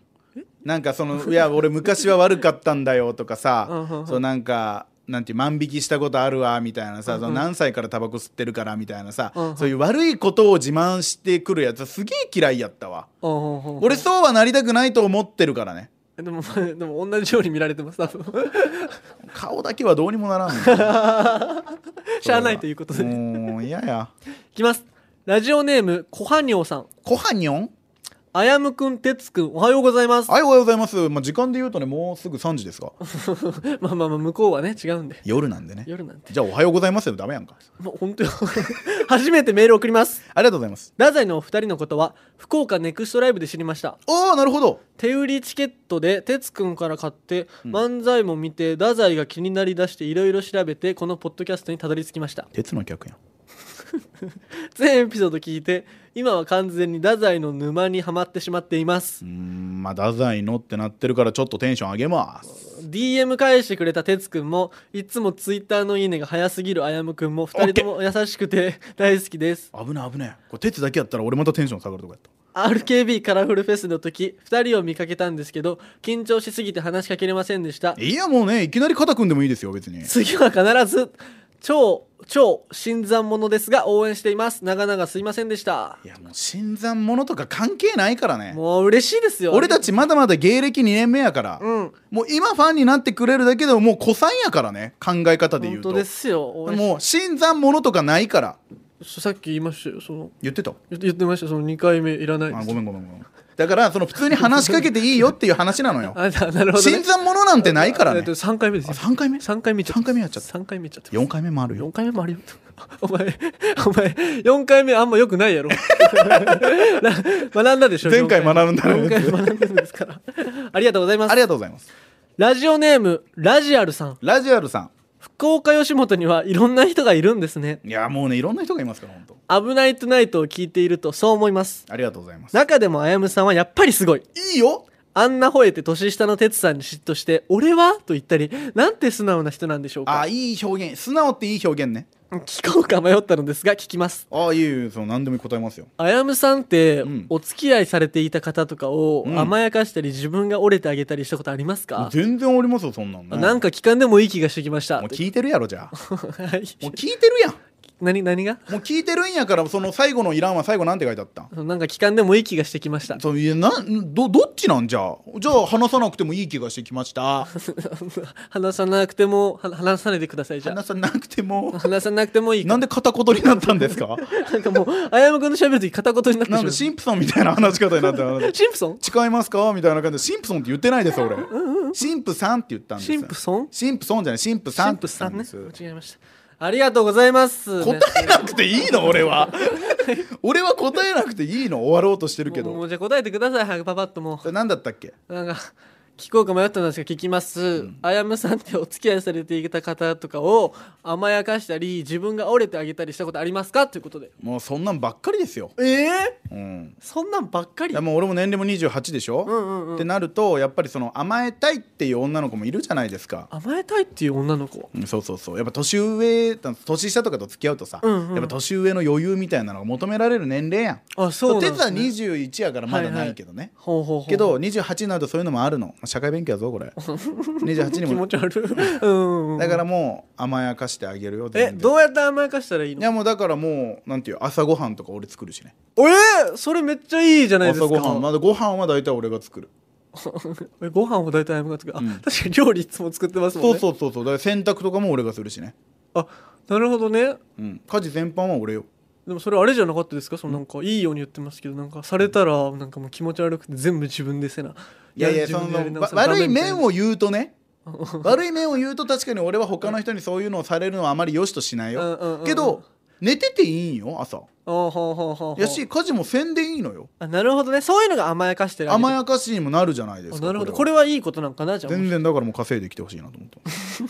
Speaker 2: なんかそのいや俺昔は悪かったんだよとか
Speaker 1: うんうんう
Speaker 2: さ
Speaker 1: ん
Speaker 2: そうなんかなんていう万引きしたことあるわみたいなさ、
Speaker 1: うん
Speaker 2: そ
Speaker 1: うん
Speaker 2: の何歳からタバコ吸ってるからみたいなさ、
Speaker 1: うんうん
Speaker 2: そういう悪いことを自慢してくるやつすげえ嫌いやったわ、俺
Speaker 1: 俺
Speaker 2: そうはなりたくないと思ってるからね
Speaker 1: でも でも同じように見られてます多分
Speaker 2: 顔だけはどうにもならん
Speaker 1: しゃあないということでい
Speaker 2: もう嫌や
Speaker 1: きますラジオネームコハニョウさん
Speaker 2: コハニョン
Speaker 1: あやむくん、てつくん、おはようございます。
Speaker 2: はいおはようございます、まあ、時間で言うとねもうすぐ3時ですか
Speaker 1: まあまあまあ、向こうはね、違うんで。
Speaker 2: 夜なんでね
Speaker 1: 夜なんて。
Speaker 2: じゃあおはようございますよダメやんか
Speaker 1: もう本当よ。 初めてメール送ります。
Speaker 2: ありがとうございます
Speaker 1: 太宰のお二人のことは、福岡ネクストライブで知りました。
Speaker 2: おおなるほど
Speaker 1: 手売りチケットで、てつくんから買って、漫才も見て、太宰が気になりだして、いろいろ調べて、このポッドキャストにたどり着きました。
Speaker 2: 鉄の客やん
Speaker 1: 全エピソード聞いて、今は完全に太宰の沼にはまってしまっています
Speaker 2: うー。んまあ太宰のってなってるからちょっとテンション上げます
Speaker 1: DM 返してくれたてつくんもいつもツイッターのいいねが早すぎるあやむくんも2人とも優しくて大好きです
Speaker 2: 危ない危ないこれ鉄だけやったら俺またテンション下がるとこやった
Speaker 1: RKB カラフルフェスの時2人を見かけたんですけど緊張しすぎて話しかけれませんでした
Speaker 2: いやもうねいきなり肩組んでもいいですよ別に
Speaker 1: 次は必ず超超新参者ですが応援しています長々すいませんでした
Speaker 2: いやもう新参者とか関係ないからね
Speaker 1: もう嬉しいですよ
Speaker 2: 俺たちまだまだ芸歴2年目やから、
Speaker 1: うん
Speaker 2: もう今ファンになってくれるだけでももう子さんやからね考え方で言
Speaker 1: 本
Speaker 2: うと
Speaker 1: 当ですよ俺
Speaker 2: もう新参者とかないから
Speaker 1: さっき言いましたよその
Speaker 2: 言ってた
Speaker 1: 言言ってましたその2回目いらない
Speaker 2: あ
Speaker 1: です
Speaker 2: ごめんごめんごめんだからその普通に話しかけていいよっていう話なのよ
Speaker 1: あな なるほど、ね、
Speaker 2: 新参者なんてないからね
Speaker 1: 3回目ですよ
Speaker 2: 3回目
Speaker 1: 3回目
Speaker 2: 三回目やっちゃった
Speaker 1: 3回目やっちゃった
Speaker 2: 4回目もあるよ
Speaker 1: 4回目もあるよ お前お前4回目あんまよくないやろ な学んだでしょ
Speaker 2: 前回
Speaker 1: 四目
Speaker 2: 学んだの
Speaker 1: 四回学んだんですからありがとうございま
Speaker 2: あ
Speaker 1: す
Speaker 2: りがとうございます
Speaker 1: ラジオネームラジアルさん
Speaker 2: ラジアルさ
Speaker 1: 福岡吉本にはいろんな人がいるんですね
Speaker 2: んいやもうねいろんな人がいますから本当
Speaker 1: 危ないトゥナイトを聞いているとそう思います
Speaker 2: ありがとうございます
Speaker 1: 中でもあやむさんはやっぱりすごい
Speaker 2: いいよ
Speaker 1: あんな吠えて年下の哲さんに嫉妬して「俺は?」と言ったりなんて素直な人なんでしょうか
Speaker 2: あいい表現素直っていい表現ね
Speaker 1: 聞こうか迷ったのですが聞きます
Speaker 2: ああいえいえその何でも答えますよ
Speaker 1: あやむさんって、
Speaker 2: うん
Speaker 1: お付き合いされていた方とかを
Speaker 2: うん
Speaker 1: 甘やかしたり自分が折れてあげたりしたことありますか、
Speaker 2: 全然ありますよそんなんね
Speaker 1: なんか聞かんでもいい気がしてきました
Speaker 2: もう聞いてるやろじゃ あ
Speaker 1: はい
Speaker 2: もう聞いてるやん
Speaker 1: 何何が
Speaker 2: もう聞いてるんやからその最後のいらんは最後なんて書いてあったん
Speaker 1: なんか聞かんでもいい気がしてきました
Speaker 2: そういやなんどどっちなんじゃあじゃあ話さなくてもいい気がしてきました
Speaker 1: 話さなくてもは話さないでくださいじゃ
Speaker 2: 話さなくても
Speaker 1: あ話さなくてもいい
Speaker 2: なんで片言になったんですか
Speaker 1: なんかもうあやむくんの喋るとき片言になってしま
Speaker 2: な
Speaker 1: うん
Speaker 2: かシンプソンみたいな話し方になった
Speaker 1: えシンプソン
Speaker 2: 誓いますかみたいな感じでシンプソンって言ってないです俺シンプさんって言ったんです
Speaker 1: シンプソン
Speaker 2: シンプソンじゃないシンプ
Speaker 1: シ
Speaker 2: さん
Speaker 1: ン
Speaker 2: っ
Speaker 1: プ
Speaker 2: て言った
Speaker 1: さん
Speaker 2: ん
Speaker 1: ね
Speaker 2: です
Speaker 1: 間違えましたありがとうございます、ね
Speaker 2: 答えなくていいの俺は俺は答えなくていいの終わろうとしてるけ
Speaker 1: もうも
Speaker 2: ど
Speaker 1: うじゃあ答えてください早くパパッとも
Speaker 2: 何だったっけ
Speaker 1: うなんか聞こうか迷ったんですが聞きます、あやむさんってお付き合いされていた方とかを甘やかしたり自分が折れてあげたりしたことありますかということで
Speaker 2: もうそんなんばっかりですよ
Speaker 1: ええ
Speaker 2: うん
Speaker 1: そんなんばっか
Speaker 2: い
Speaker 1: り
Speaker 2: やもう俺も年齢も28でしょ、
Speaker 1: んうんうん
Speaker 2: ってなるとやっぱりその甘えたいっていう女の子もいるじゃないですか、
Speaker 1: 甘えたいっていう女の子
Speaker 2: うんそうそうそうやっぱ年上年下とかと付き合うとさ、
Speaker 1: うんうん
Speaker 2: やっぱ年上の余裕みたいなのが求められる年齢やん
Speaker 1: あそうなん
Speaker 2: テ
Speaker 1: で
Speaker 2: ツ
Speaker 1: す
Speaker 2: は
Speaker 1: ね
Speaker 2: 21やからまだないけどね、
Speaker 1: ほうほうほう
Speaker 2: けど28になるとそういうのもあるのまあ社会勉強やぞ これ28
Speaker 1: 気
Speaker 2: にも
Speaker 1: 持ち悪いうんうん
Speaker 2: だからもう甘やかしてあげるよ全
Speaker 1: え
Speaker 2: 然
Speaker 1: どうやって甘やかしたらいい
Speaker 2: い
Speaker 1: の
Speaker 2: やもうだからもうなんていう朝ごはんとか俺作るしね
Speaker 1: えー、それめっちゃいいじゃないです
Speaker 2: 朝
Speaker 1: か
Speaker 2: ごはんまだご飯は大体俺が作る
Speaker 1: えご飯を大体あやむが作るあ、
Speaker 2: うん
Speaker 1: 確かに料理いつも作ってますもん
Speaker 2: そう
Speaker 1: ね
Speaker 2: そうそうそうだから洗濯とかも俺がするしね、
Speaker 1: あなるほどね
Speaker 2: うん、家事全般は俺よ
Speaker 1: でもそれあれじゃなかったですかそのなんかいいように言ってますけどなんかされたらなんかもう気持ち悪くて全部自分でせない
Speaker 2: いやいや
Speaker 1: 自
Speaker 2: そ
Speaker 1: 分でやり直
Speaker 2: のわ
Speaker 1: さな
Speaker 2: 悪い面
Speaker 1: ダメ
Speaker 2: を言うとね悪い面を言うと確かに俺は他の人にそういうのをされるのはあまり良しとしない
Speaker 1: うんうんうんう
Speaker 2: よ
Speaker 1: ん
Speaker 2: けど寝てていいんよ朝
Speaker 1: みたいなあーほうほうほうほう
Speaker 2: やし家事もせんでいいのよ
Speaker 1: あなるほどねそういうのが甘やかしてる
Speaker 2: 甘やかしにもなるじゃないですか
Speaker 1: なるほど
Speaker 2: こ
Speaker 1: こ
Speaker 2: れ
Speaker 1: れはいいことなんかなじゃ
Speaker 2: は
Speaker 1: あ
Speaker 2: 全然だからもう稼いできてほしいなと 思ってます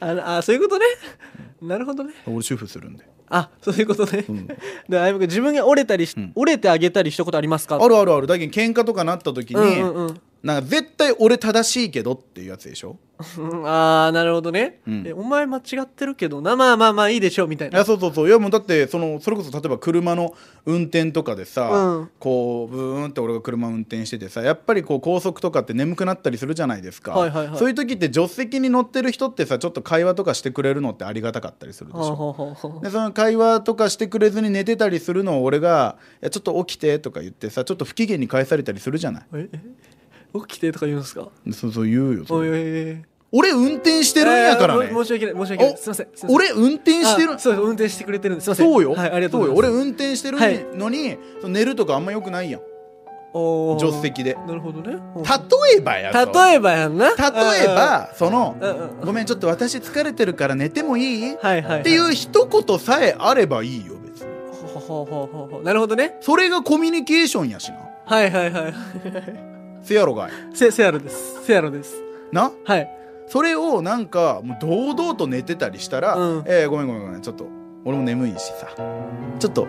Speaker 1: ああそういうことね なるほどね
Speaker 2: 俺主婦するんで
Speaker 1: あそういうことね、
Speaker 2: ん
Speaker 1: であやむくん自分が折れたりし、
Speaker 2: うん
Speaker 1: 折れてあげたりしたことありますか
Speaker 2: あるあるあるだけど喧嘩とかなった時
Speaker 1: うん
Speaker 2: に、
Speaker 1: うんうん
Speaker 2: なんか絶対俺正しいけどっていうやつでしょ
Speaker 1: うんああなるほどね、
Speaker 2: うん
Speaker 1: えお前間違ってるけどなまあまあまあいいでしょうみたい
Speaker 2: い
Speaker 1: な
Speaker 2: やそうそうそういやもうだってそのそれこそ例えば車の運転とかでさ、
Speaker 1: うん
Speaker 2: こうブーンって俺が車運転しててさやっぱりこう高速とかって眠くなったりするじゃないですか、
Speaker 1: はいはいはい
Speaker 2: そういう時って助手席に乗ってる人ってさちょっと会話とかしてくれるのってありがたかったりするでし
Speaker 1: ほう
Speaker 2: ょ、
Speaker 1: ほうほうほう
Speaker 2: でその会話とかしてくれずに寝てたりするのを俺が「いやちょっと起きて」とか言ってさちょっと不機嫌に返されたりするじゃない
Speaker 1: ええ起きてとか言うんですか
Speaker 2: そうそう言うよそ
Speaker 1: おい
Speaker 2: れ
Speaker 1: おいおいおい
Speaker 2: 俺運転してるんやからね、
Speaker 1: えーも申し訳ない申し訳ない
Speaker 2: お
Speaker 1: すいませんすいません
Speaker 2: 俺運転してる
Speaker 1: あそうです運転してくれてるんですすいません
Speaker 2: そうよ、
Speaker 1: はいありがとうござい
Speaker 2: そ
Speaker 1: ます
Speaker 2: よ俺運転してるのに、その寝るとかあんまよくないやん
Speaker 1: おー
Speaker 2: 助手席で
Speaker 1: なるほどねうん
Speaker 2: 例えばやぞ
Speaker 1: 例えばやんな
Speaker 2: 例えばその
Speaker 1: うんうん
Speaker 2: ごめんちょっと私疲れてるから寝てもい
Speaker 1: は
Speaker 2: い、
Speaker 1: いはいはい
Speaker 2: っていう一言さえあればいいよ別に
Speaker 1: ほうほうほうほうほうなるほどね
Speaker 2: それがコミュニケーションやしな
Speaker 1: はいはいはい
Speaker 2: せやろがい
Speaker 1: せせやろですせやろです
Speaker 2: な
Speaker 1: はい
Speaker 2: それをなんかもう堂々と寝てたりしたら「
Speaker 1: うん
Speaker 2: えーごめんごめんごめんちょっと俺も眠いしさちょっと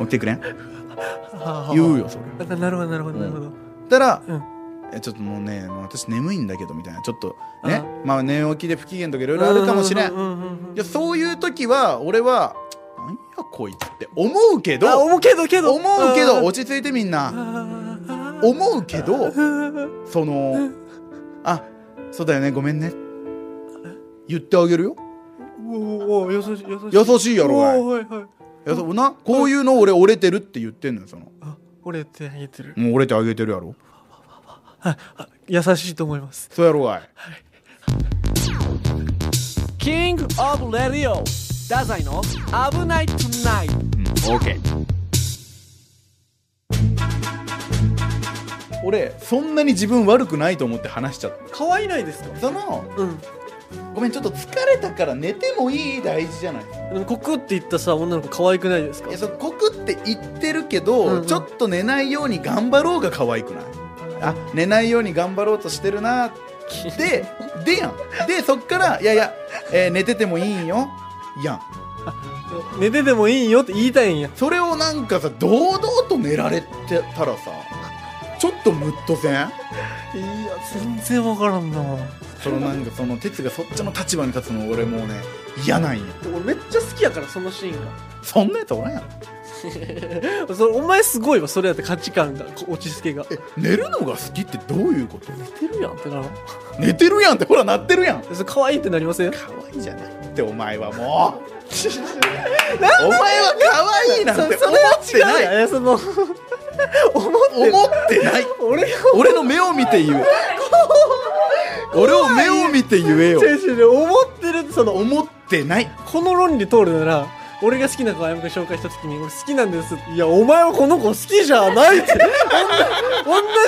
Speaker 2: 起きてくれん」言うよそれ
Speaker 1: ななるほどなるほどなるほど、
Speaker 2: たら、
Speaker 1: うん
Speaker 2: えちょっともうねもう私眠いんだけどみたいなちょっとね
Speaker 1: あ
Speaker 2: まあ寝起きで不機嫌とかいろいろあるかもしれん
Speaker 1: うううんうんうん
Speaker 2: いやそういう時は俺は「なんやこいつ」って思うけ
Speaker 1: あ
Speaker 2: ど
Speaker 1: 思うけどけど
Speaker 2: 思うけど
Speaker 1: あ
Speaker 2: 落ち着いてみんな
Speaker 1: ー
Speaker 2: 思うけど
Speaker 1: うん
Speaker 2: その「あそうだよねごめんね」言ってあげるよ
Speaker 1: おーおー優しい優しい
Speaker 2: 優しいやろがい
Speaker 1: おーはいはい
Speaker 2: やそうなこういうの俺折れてるって言ってんのよその
Speaker 1: あ折れてあげてる
Speaker 2: もう折れてあげてるやろ
Speaker 1: はいあ優しいと思います
Speaker 2: そうやろがい
Speaker 1: キングオブレディオダザイの危ないトゥナイト
Speaker 2: うん OK 俺そんなに自分悪くないと思って話しちゃっ
Speaker 1: 可愛いないですか
Speaker 2: たその
Speaker 1: うん
Speaker 2: ごめんちょっと疲れたから寝てもいい大事じゃない
Speaker 1: でもコクって言ったさ女の子可愛くないですか
Speaker 2: いやそうコクって言ってるけど、
Speaker 1: うんうん
Speaker 2: ちょっと寝ないように頑張ろうが可愛くないあ寝ないように頑張ろうとしてるなででやんでそっからいやいや、えー寝ててもいいんよやん
Speaker 1: 寝ててもいいよって言いたいんや
Speaker 2: それをなんかさ堂々と寝られてたらさちょっとムッとせん
Speaker 1: いや全然わからんな
Speaker 2: そのなんかその哲がそっちの立場に立つの俺もうね嫌なんよ
Speaker 1: 俺めっちゃ好きやからそのシーン
Speaker 2: そんなやつおらんやろ
Speaker 1: がそれお前すごいわそれやって価値観がこう落ち着けが
Speaker 2: え寝るのが好きってどういうこと
Speaker 1: 寝てるやんってならん
Speaker 2: 寝てるやんってほら鳴ってるやん
Speaker 1: それ可愛いってなりません
Speaker 2: 可愛いじゃないってお前はもうお前は可愛いなんて思ってない
Speaker 1: いやその 思って
Speaker 2: 思ってない
Speaker 1: 俺が
Speaker 2: 俺の目を見て言え俺を目を見て言えよ
Speaker 1: 選手で思ってるってその
Speaker 2: 思ってない
Speaker 1: この論理通るなら俺が好きな子をあやむくん紹介した時に俺好きなんですいやお前はこの子好きじゃないって 同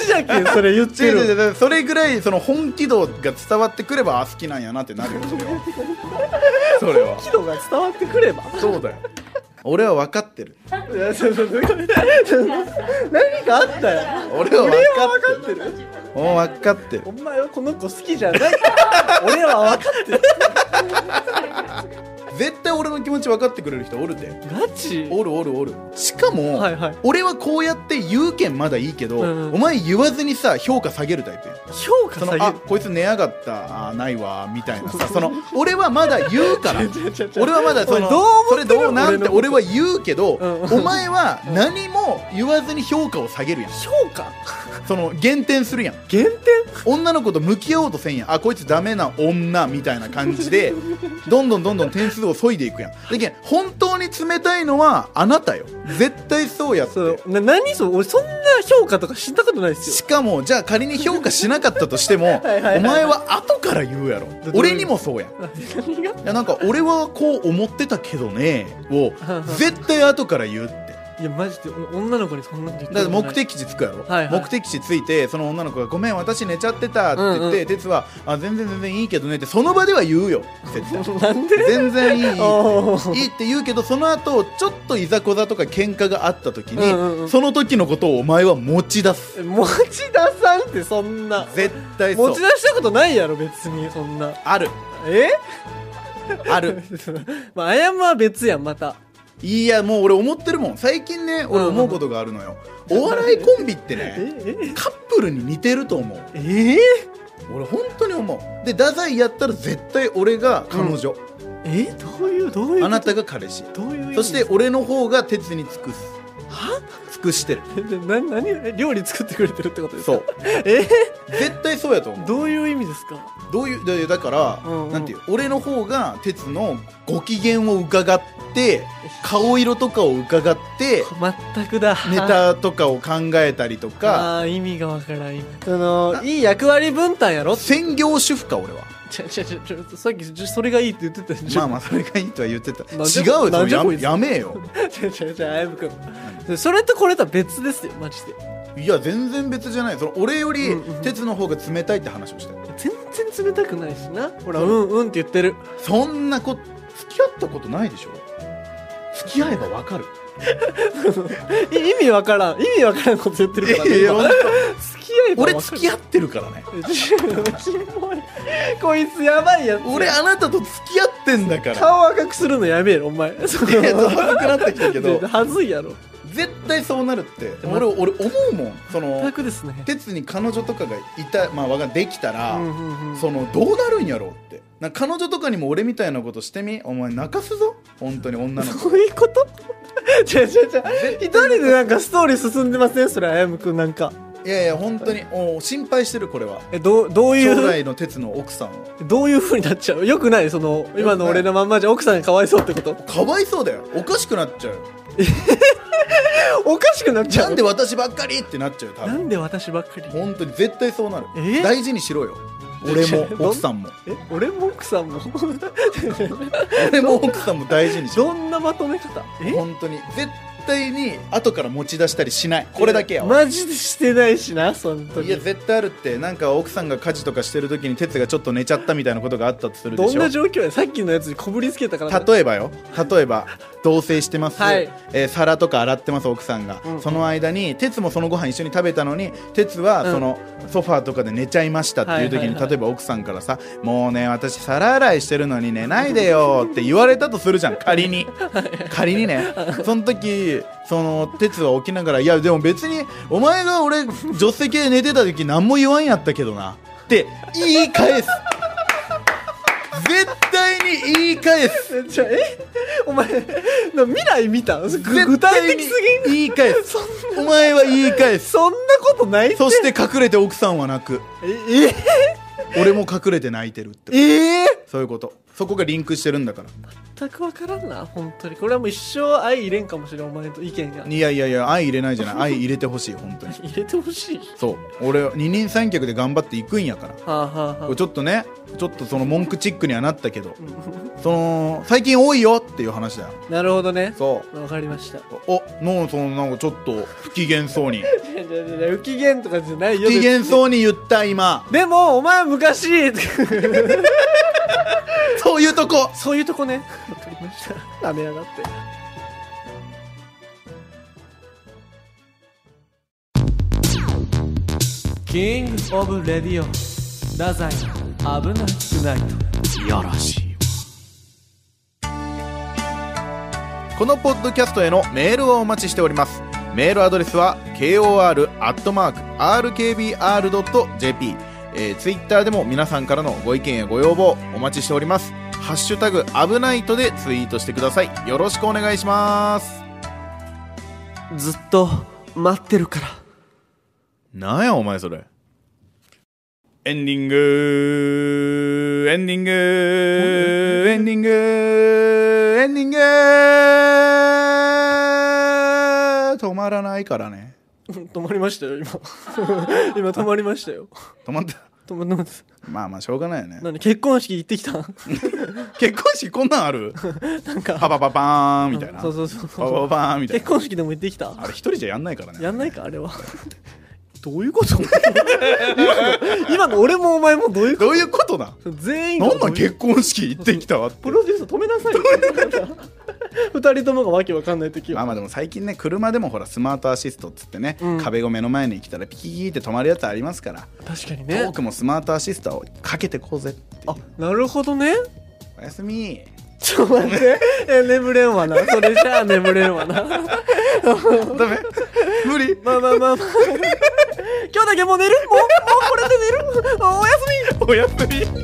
Speaker 1: じやけんそれ言っ
Speaker 2: 違
Speaker 1: て
Speaker 2: う違
Speaker 1: る
Speaker 2: う違うそれぐらいその本気度が伝わってくればあ好きなんやなってなるよそれはそれは
Speaker 1: 喜怒が伝わってくれば
Speaker 2: そうだよ俺は分かってる
Speaker 1: いやその その何かあったよ
Speaker 2: 俺は分
Speaker 1: 俺
Speaker 2: か
Speaker 1: は分かってる
Speaker 2: ってるもう分かってる
Speaker 1: お前はこの子好きじゃない 俺は分かってる
Speaker 2: 絶対俺の気持ち分かってくれる人おるで
Speaker 1: ガチ
Speaker 2: おるおるおるしかも、
Speaker 1: はいはい
Speaker 2: 俺はこうやって言うけんまだいいけど、
Speaker 1: うんうん
Speaker 2: お前言わずにさ評価下げるタイプやん
Speaker 1: 評価下
Speaker 2: その
Speaker 1: げる
Speaker 2: あこいつ寝やがったあーないわみたいなさその俺はまだ言うから 俺はまだその
Speaker 1: おいどう
Speaker 2: そ
Speaker 1: 思って
Speaker 2: れ
Speaker 1: る
Speaker 2: どうなんて
Speaker 1: 俺
Speaker 2: 俺
Speaker 1: の
Speaker 2: は言うけど、
Speaker 1: うん
Speaker 2: お前は何も言わずに評価を下げるやん
Speaker 1: 評価
Speaker 2: その減点するやん
Speaker 1: 減点
Speaker 2: 女の子と向き合おうとせんやんあこいつダメな女みたいな感 じでどんどんどんどん点数を削いでいくやんだけど本当に冷たいのはあなたよ絶対そうやって
Speaker 1: そうな何その俺そんな評価とかしたことないですよ
Speaker 2: しかもじゃあ仮に評価しなかったとしても
Speaker 1: い はいはい
Speaker 2: お前は後から言うやろ
Speaker 1: どういう
Speaker 2: 俺にもそうやん
Speaker 1: 何が
Speaker 2: いやなんか俺はこう思ってたけどね を絶対後から言うって
Speaker 1: いやマジで女の子にそんなこと言
Speaker 2: だって
Speaker 1: ことない
Speaker 2: 目的地着くやろ、
Speaker 1: はいはい
Speaker 2: 目的地着いてその女の子が「ごめん私寝ちゃってた」って言って、
Speaker 1: うんうん
Speaker 2: 鉄はあ「全然全然いいけどね」ってその場では言う よ絶対
Speaker 1: なんで
Speaker 2: 全然いい
Speaker 1: おー
Speaker 2: いいって言うけどその後ちょっといざこざとか喧嘩があった時に、
Speaker 1: うんうんうん
Speaker 2: その時のことをお前は持ち出す
Speaker 1: 持ち出さんってそんな
Speaker 2: 絶対そ
Speaker 1: 持
Speaker 2: う
Speaker 1: ち出したことないやろ別にそんな
Speaker 2: ある
Speaker 1: え
Speaker 2: ある
Speaker 1: まあ謝は別やんまた
Speaker 2: いやもう俺思ってるもん最近ね俺思うことがあるのよ、お笑いコンビって
Speaker 1: え
Speaker 2: ね
Speaker 1: え
Speaker 2: カップルに似てると思う
Speaker 1: ええ
Speaker 2: 俺本当に思うで太宰やったら絶対俺が彼女、
Speaker 1: えどういうどういう
Speaker 2: あなた
Speaker 1: が
Speaker 2: が彼氏
Speaker 1: どういう意味
Speaker 2: そして俺の方が鉄に尽くすは尽くして る
Speaker 1: でな何え料理作ってくれてるってことですか
Speaker 2: そう
Speaker 1: え
Speaker 2: 絶対そうやと思う
Speaker 1: どういう意味ですか
Speaker 2: どういうだだから、
Speaker 1: うんうん
Speaker 2: なんていう俺の方が鉄のご機嫌を伺って顔色とかを伺 って
Speaker 1: 全くだ
Speaker 2: ネタとかを考えたりとか
Speaker 1: あー意味がわからんそのいい役割分担やろち
Speaker 2: 専業主婦か俺は
Speaker 1: ょちょちょちょさっきちょそれがいいって言ってたじ
Speaker 2: ま
Speaker 1: ゃ
Speaker 2: あ
Speaker 1: ん
Speaker 2: まあそれがいいとは言ってた違
Speaker 1: なんで
Speaker 2: うよ
Speaker 1: なんで
Speaker 2: や
Speaker 1: こいつ
Speaker 2: やめえよ
Speaker 1: ちょちょちょあやむくんそれとこれとは別ですよマジで
Speaker 2: いや全然別じゃないその俺より
Speaker 1: うんうん
Speaker 2: 鉄の方が冷たいって話をしてる
Speaker 1: 全然冷たくないしなほらうんうんって言ってる
Speaker 2: そんなこと付き合ったことないでしょ付き合えばわかる
Speaker 1: い意味わからん意味わからんこと言ってるからね
Speaker 2: いや
Speaker 1: 今
Speaker 2: 本
Speaker 1: 付き合い
Speaker 2: 俺付き
Speaker 1: 合
Speaker 2: 合ってるからね
Speaker 1: こいつやばいやつ
Speaker 2: 俺あなたと付き合ってんだか ら
Speaker 1: 顔赤くするのやめえろお 前その
Speaker 2: いやちょっと悪くなってきた けど
Speaker 1: はずいやろ
Speaker 2: 絶対そうなるって
Speaker 1: でも
Speaker 2: 俺俺思うもんその
Speaker 1: 全くですね
Speaker 2: 鉄に彼女とかがいたまあわかんできたら、
Speaker 1: うんうんうん
Speaker 2: そのどうなるんやろうってなんか彼女とかにも俺みたいなことしてみお前泣かすぞ本当に女の
Speaker 1: そ
Speaker 2: 子
Speaker 1: ういうこと違う違う違う一人でなんかストーリー進んでませんそれあやむくんなんか
Speaker 2: いやいや本当にお心配してるこれは
Speaker 1: えどうどう
Speaker 2: 将
Speaker 1: いう
Speaker 2: 来の鉄の奥さんを
Speaker 1: どういうふうになっちゃうよくないその今の俺のまんまじゃ奥さんがかわいそうってこと
Speaker 2: かわいそうだよおかしくなっちゃうよ
Speaker 1: おかしくなっちゃ
Speaker 2: な
Speaker 1: うん
Speaker 2: で私ばっかりってなっちゃうよ多
Speaker 1: な
Speaker 2: 分
Speaker 1: んで私ばっかり
Speaker 2: 本当に絶対そうなる
Speaker 1: え
Speaker 2: 大事にしろよ俺も
Speaker 1: どん
Speaker 2: 奥さんも
Speaker 1: え俺も奥さん も
Speaker 2: 俺も奥さんも大事にしろ
Speaker 1: どんなまとめ方え
Speaker 2: 本当に絶対に後から持ち出したりしないこれだけやわ
Speaker 1: マジでしてないしなその
Speaker 2: いや
Speaker 1: 時
Speaker 2: 絶対あるってなんか奥さんが家事とかしてる時に哲がちょっと寝ちゃったみたいなことがあったとするで
Speaker 1: どん
Speaker 2: し
Speaker 1: な
Speaker 2: ょ
Speaker 1: 状況やさっきのやつにこぶりつけたから
Speaker 2: 例えばよ例えば同棲してます、
Speaker 1: はい
Speaker 2: えー皿とか洗ってます奥さんが、
Speaker 1: うん
Speaker 2: その間に哲もそのご飯一緒に食べたのに哲は
Speaker 1: うん
Speaker 2: そのソファーとかで寝ちゃいましたっていう
Speaker 1: はい
Speaker 2: 時に、
Speaker 1: はいはい
Speaker 2: 例えば奥さんからさ「もうね私皿洗いしてるのに寝ないでよ」って言われたとするじゃん仮に仮にねその時しその哲は起きながら「いやでも別にお前が俺助手席で寝てた時何も言わんやったけどな」って言い返す絶対に言い返す
Speaker 1: えじゃあえお前な未来見たそぐ具
Speaker 2: 絶
Speaker 1: 体
Speaker 2: 対
Speaker 1: 的
Speaker 2: に
Speaker 1: すぎん
Speaker 2: 言い返すお前は言い返す
Speaker 1: そんなことないって
Speaker 2: そして隠れて奥さんは泣く
Speaker 1: え
Speaker 2: 俺も隠れて泣いてるって
Speaker 1: えええ
Speaker 2: そういうことそこがリンクしてるんだから
Speaker 1: 全く分からんな本当にこれはもう一生相入れんかもしれんお前と意見が
Speaker 2: いやいやいや愛入れないじゃない愛入れてほしい本当に
Speaker 1: 入れてほしい
Speaker 2: そう俺二人三脚で頑張っていくんやから
Speaker 1: はあはあ
Speaker 2: こ
Speaker 1: は
Speaker 2: れ
Speaker 1: あ
Speaker 2: ちょっとねちょっとその文句チックにはなったけど
Speaker 1: う
Speaker 2: その最近多いよっていう話だよ
Speaker 1: んなるほどね
Speaker 2: そ
Speaker 1: わかりました
Speaker 2: うおのそのなんかちょっと不機嫌そうに
Speaker 1: いやいやいや不機嫌とかじゃない
Speaker 2: 不
Speaker 1: よ
Speaker 2: 機嫌
Speaker 1: う
Speaker 2: そうに言った今
Speaker 1: でもお前は昔
Speaker 2: そういうとこ
Speaker 1: そういうとこねわかりました舐めやがってキングオブレディオ太宰危なくない
Speaker 2: いやらしいこのポッドキャストへのメールをお待ちしておりますメールアドレスは kor.rkbr.jp えー、ツイッターでも皆さんからのご意見やご要望お待ちしております「ハッシュタグ危ないと」でツイートしてくださいよろしくお願いします
Speaker 1: とずっと待ってるから
Speaker 2: なんやお前それエンディングエンディングエンディングエンディング止まらないからね
Speaker 1: 止まりましたよ今 今止まりましたよ
Speaker 2: 止まった
Speaker 1: 止ま止まって
Speaker 2: まあまあしょうがないよね
Speaker 1: 何結婚式行 ってきた
Speaker 2: 結婚式こんなんある
Speaker 1: なんか
Speaker 2: パパパパーンみたいな
Speaker 1: そう
Speaker 2: パ
Speaker 1: そうそう
Speaker 2: パ
Speaker 1: そう
Speaker 2: パパーンみたい
Speaker 1: 結
Speaker 2: な
Speaker 1: 婚式でも行ってきた
Speaker 2: あれ一人じゃやんないからね
Speaker 1: やんないかあれはどういうこと 今の今の俺もお前もどういうこ
Speaker 2: どういうことだ
Speaker 1: と全員が
Speaker 2: なんなん
Speaker 1: どういう
Speaker 2: 結婚式行ってきたわって
Speaker 1: プロデュース止めなさいよ二人ともがわけわかんない時
Speaker 2: まあ
Speaker 1: は
Speaker 2: まあでも最近ね車でもほらスマートアシストっつってね、
Speaker 1: うん
Speaker 2: 壁を目の前に来たらピキーって止まるやつありますから、
Speaker 1: 確かに
Speaker 2: トー
Speaker 1: ね
Speaker 2: クもスマートアシストをかけてこうぜっていう
Speaker 1: あなるほどね
Speaker 2: おやすみ
Speaker 1: ちょっと待ってえ眠れんわなそれじゃあ眠れんわな
Speaker 2: ダメ無理
Speaker 1: まあまあまあまあ今日だけもう寝るもうもうこれで寝るおおやすみ
Speaker 2: おやすみ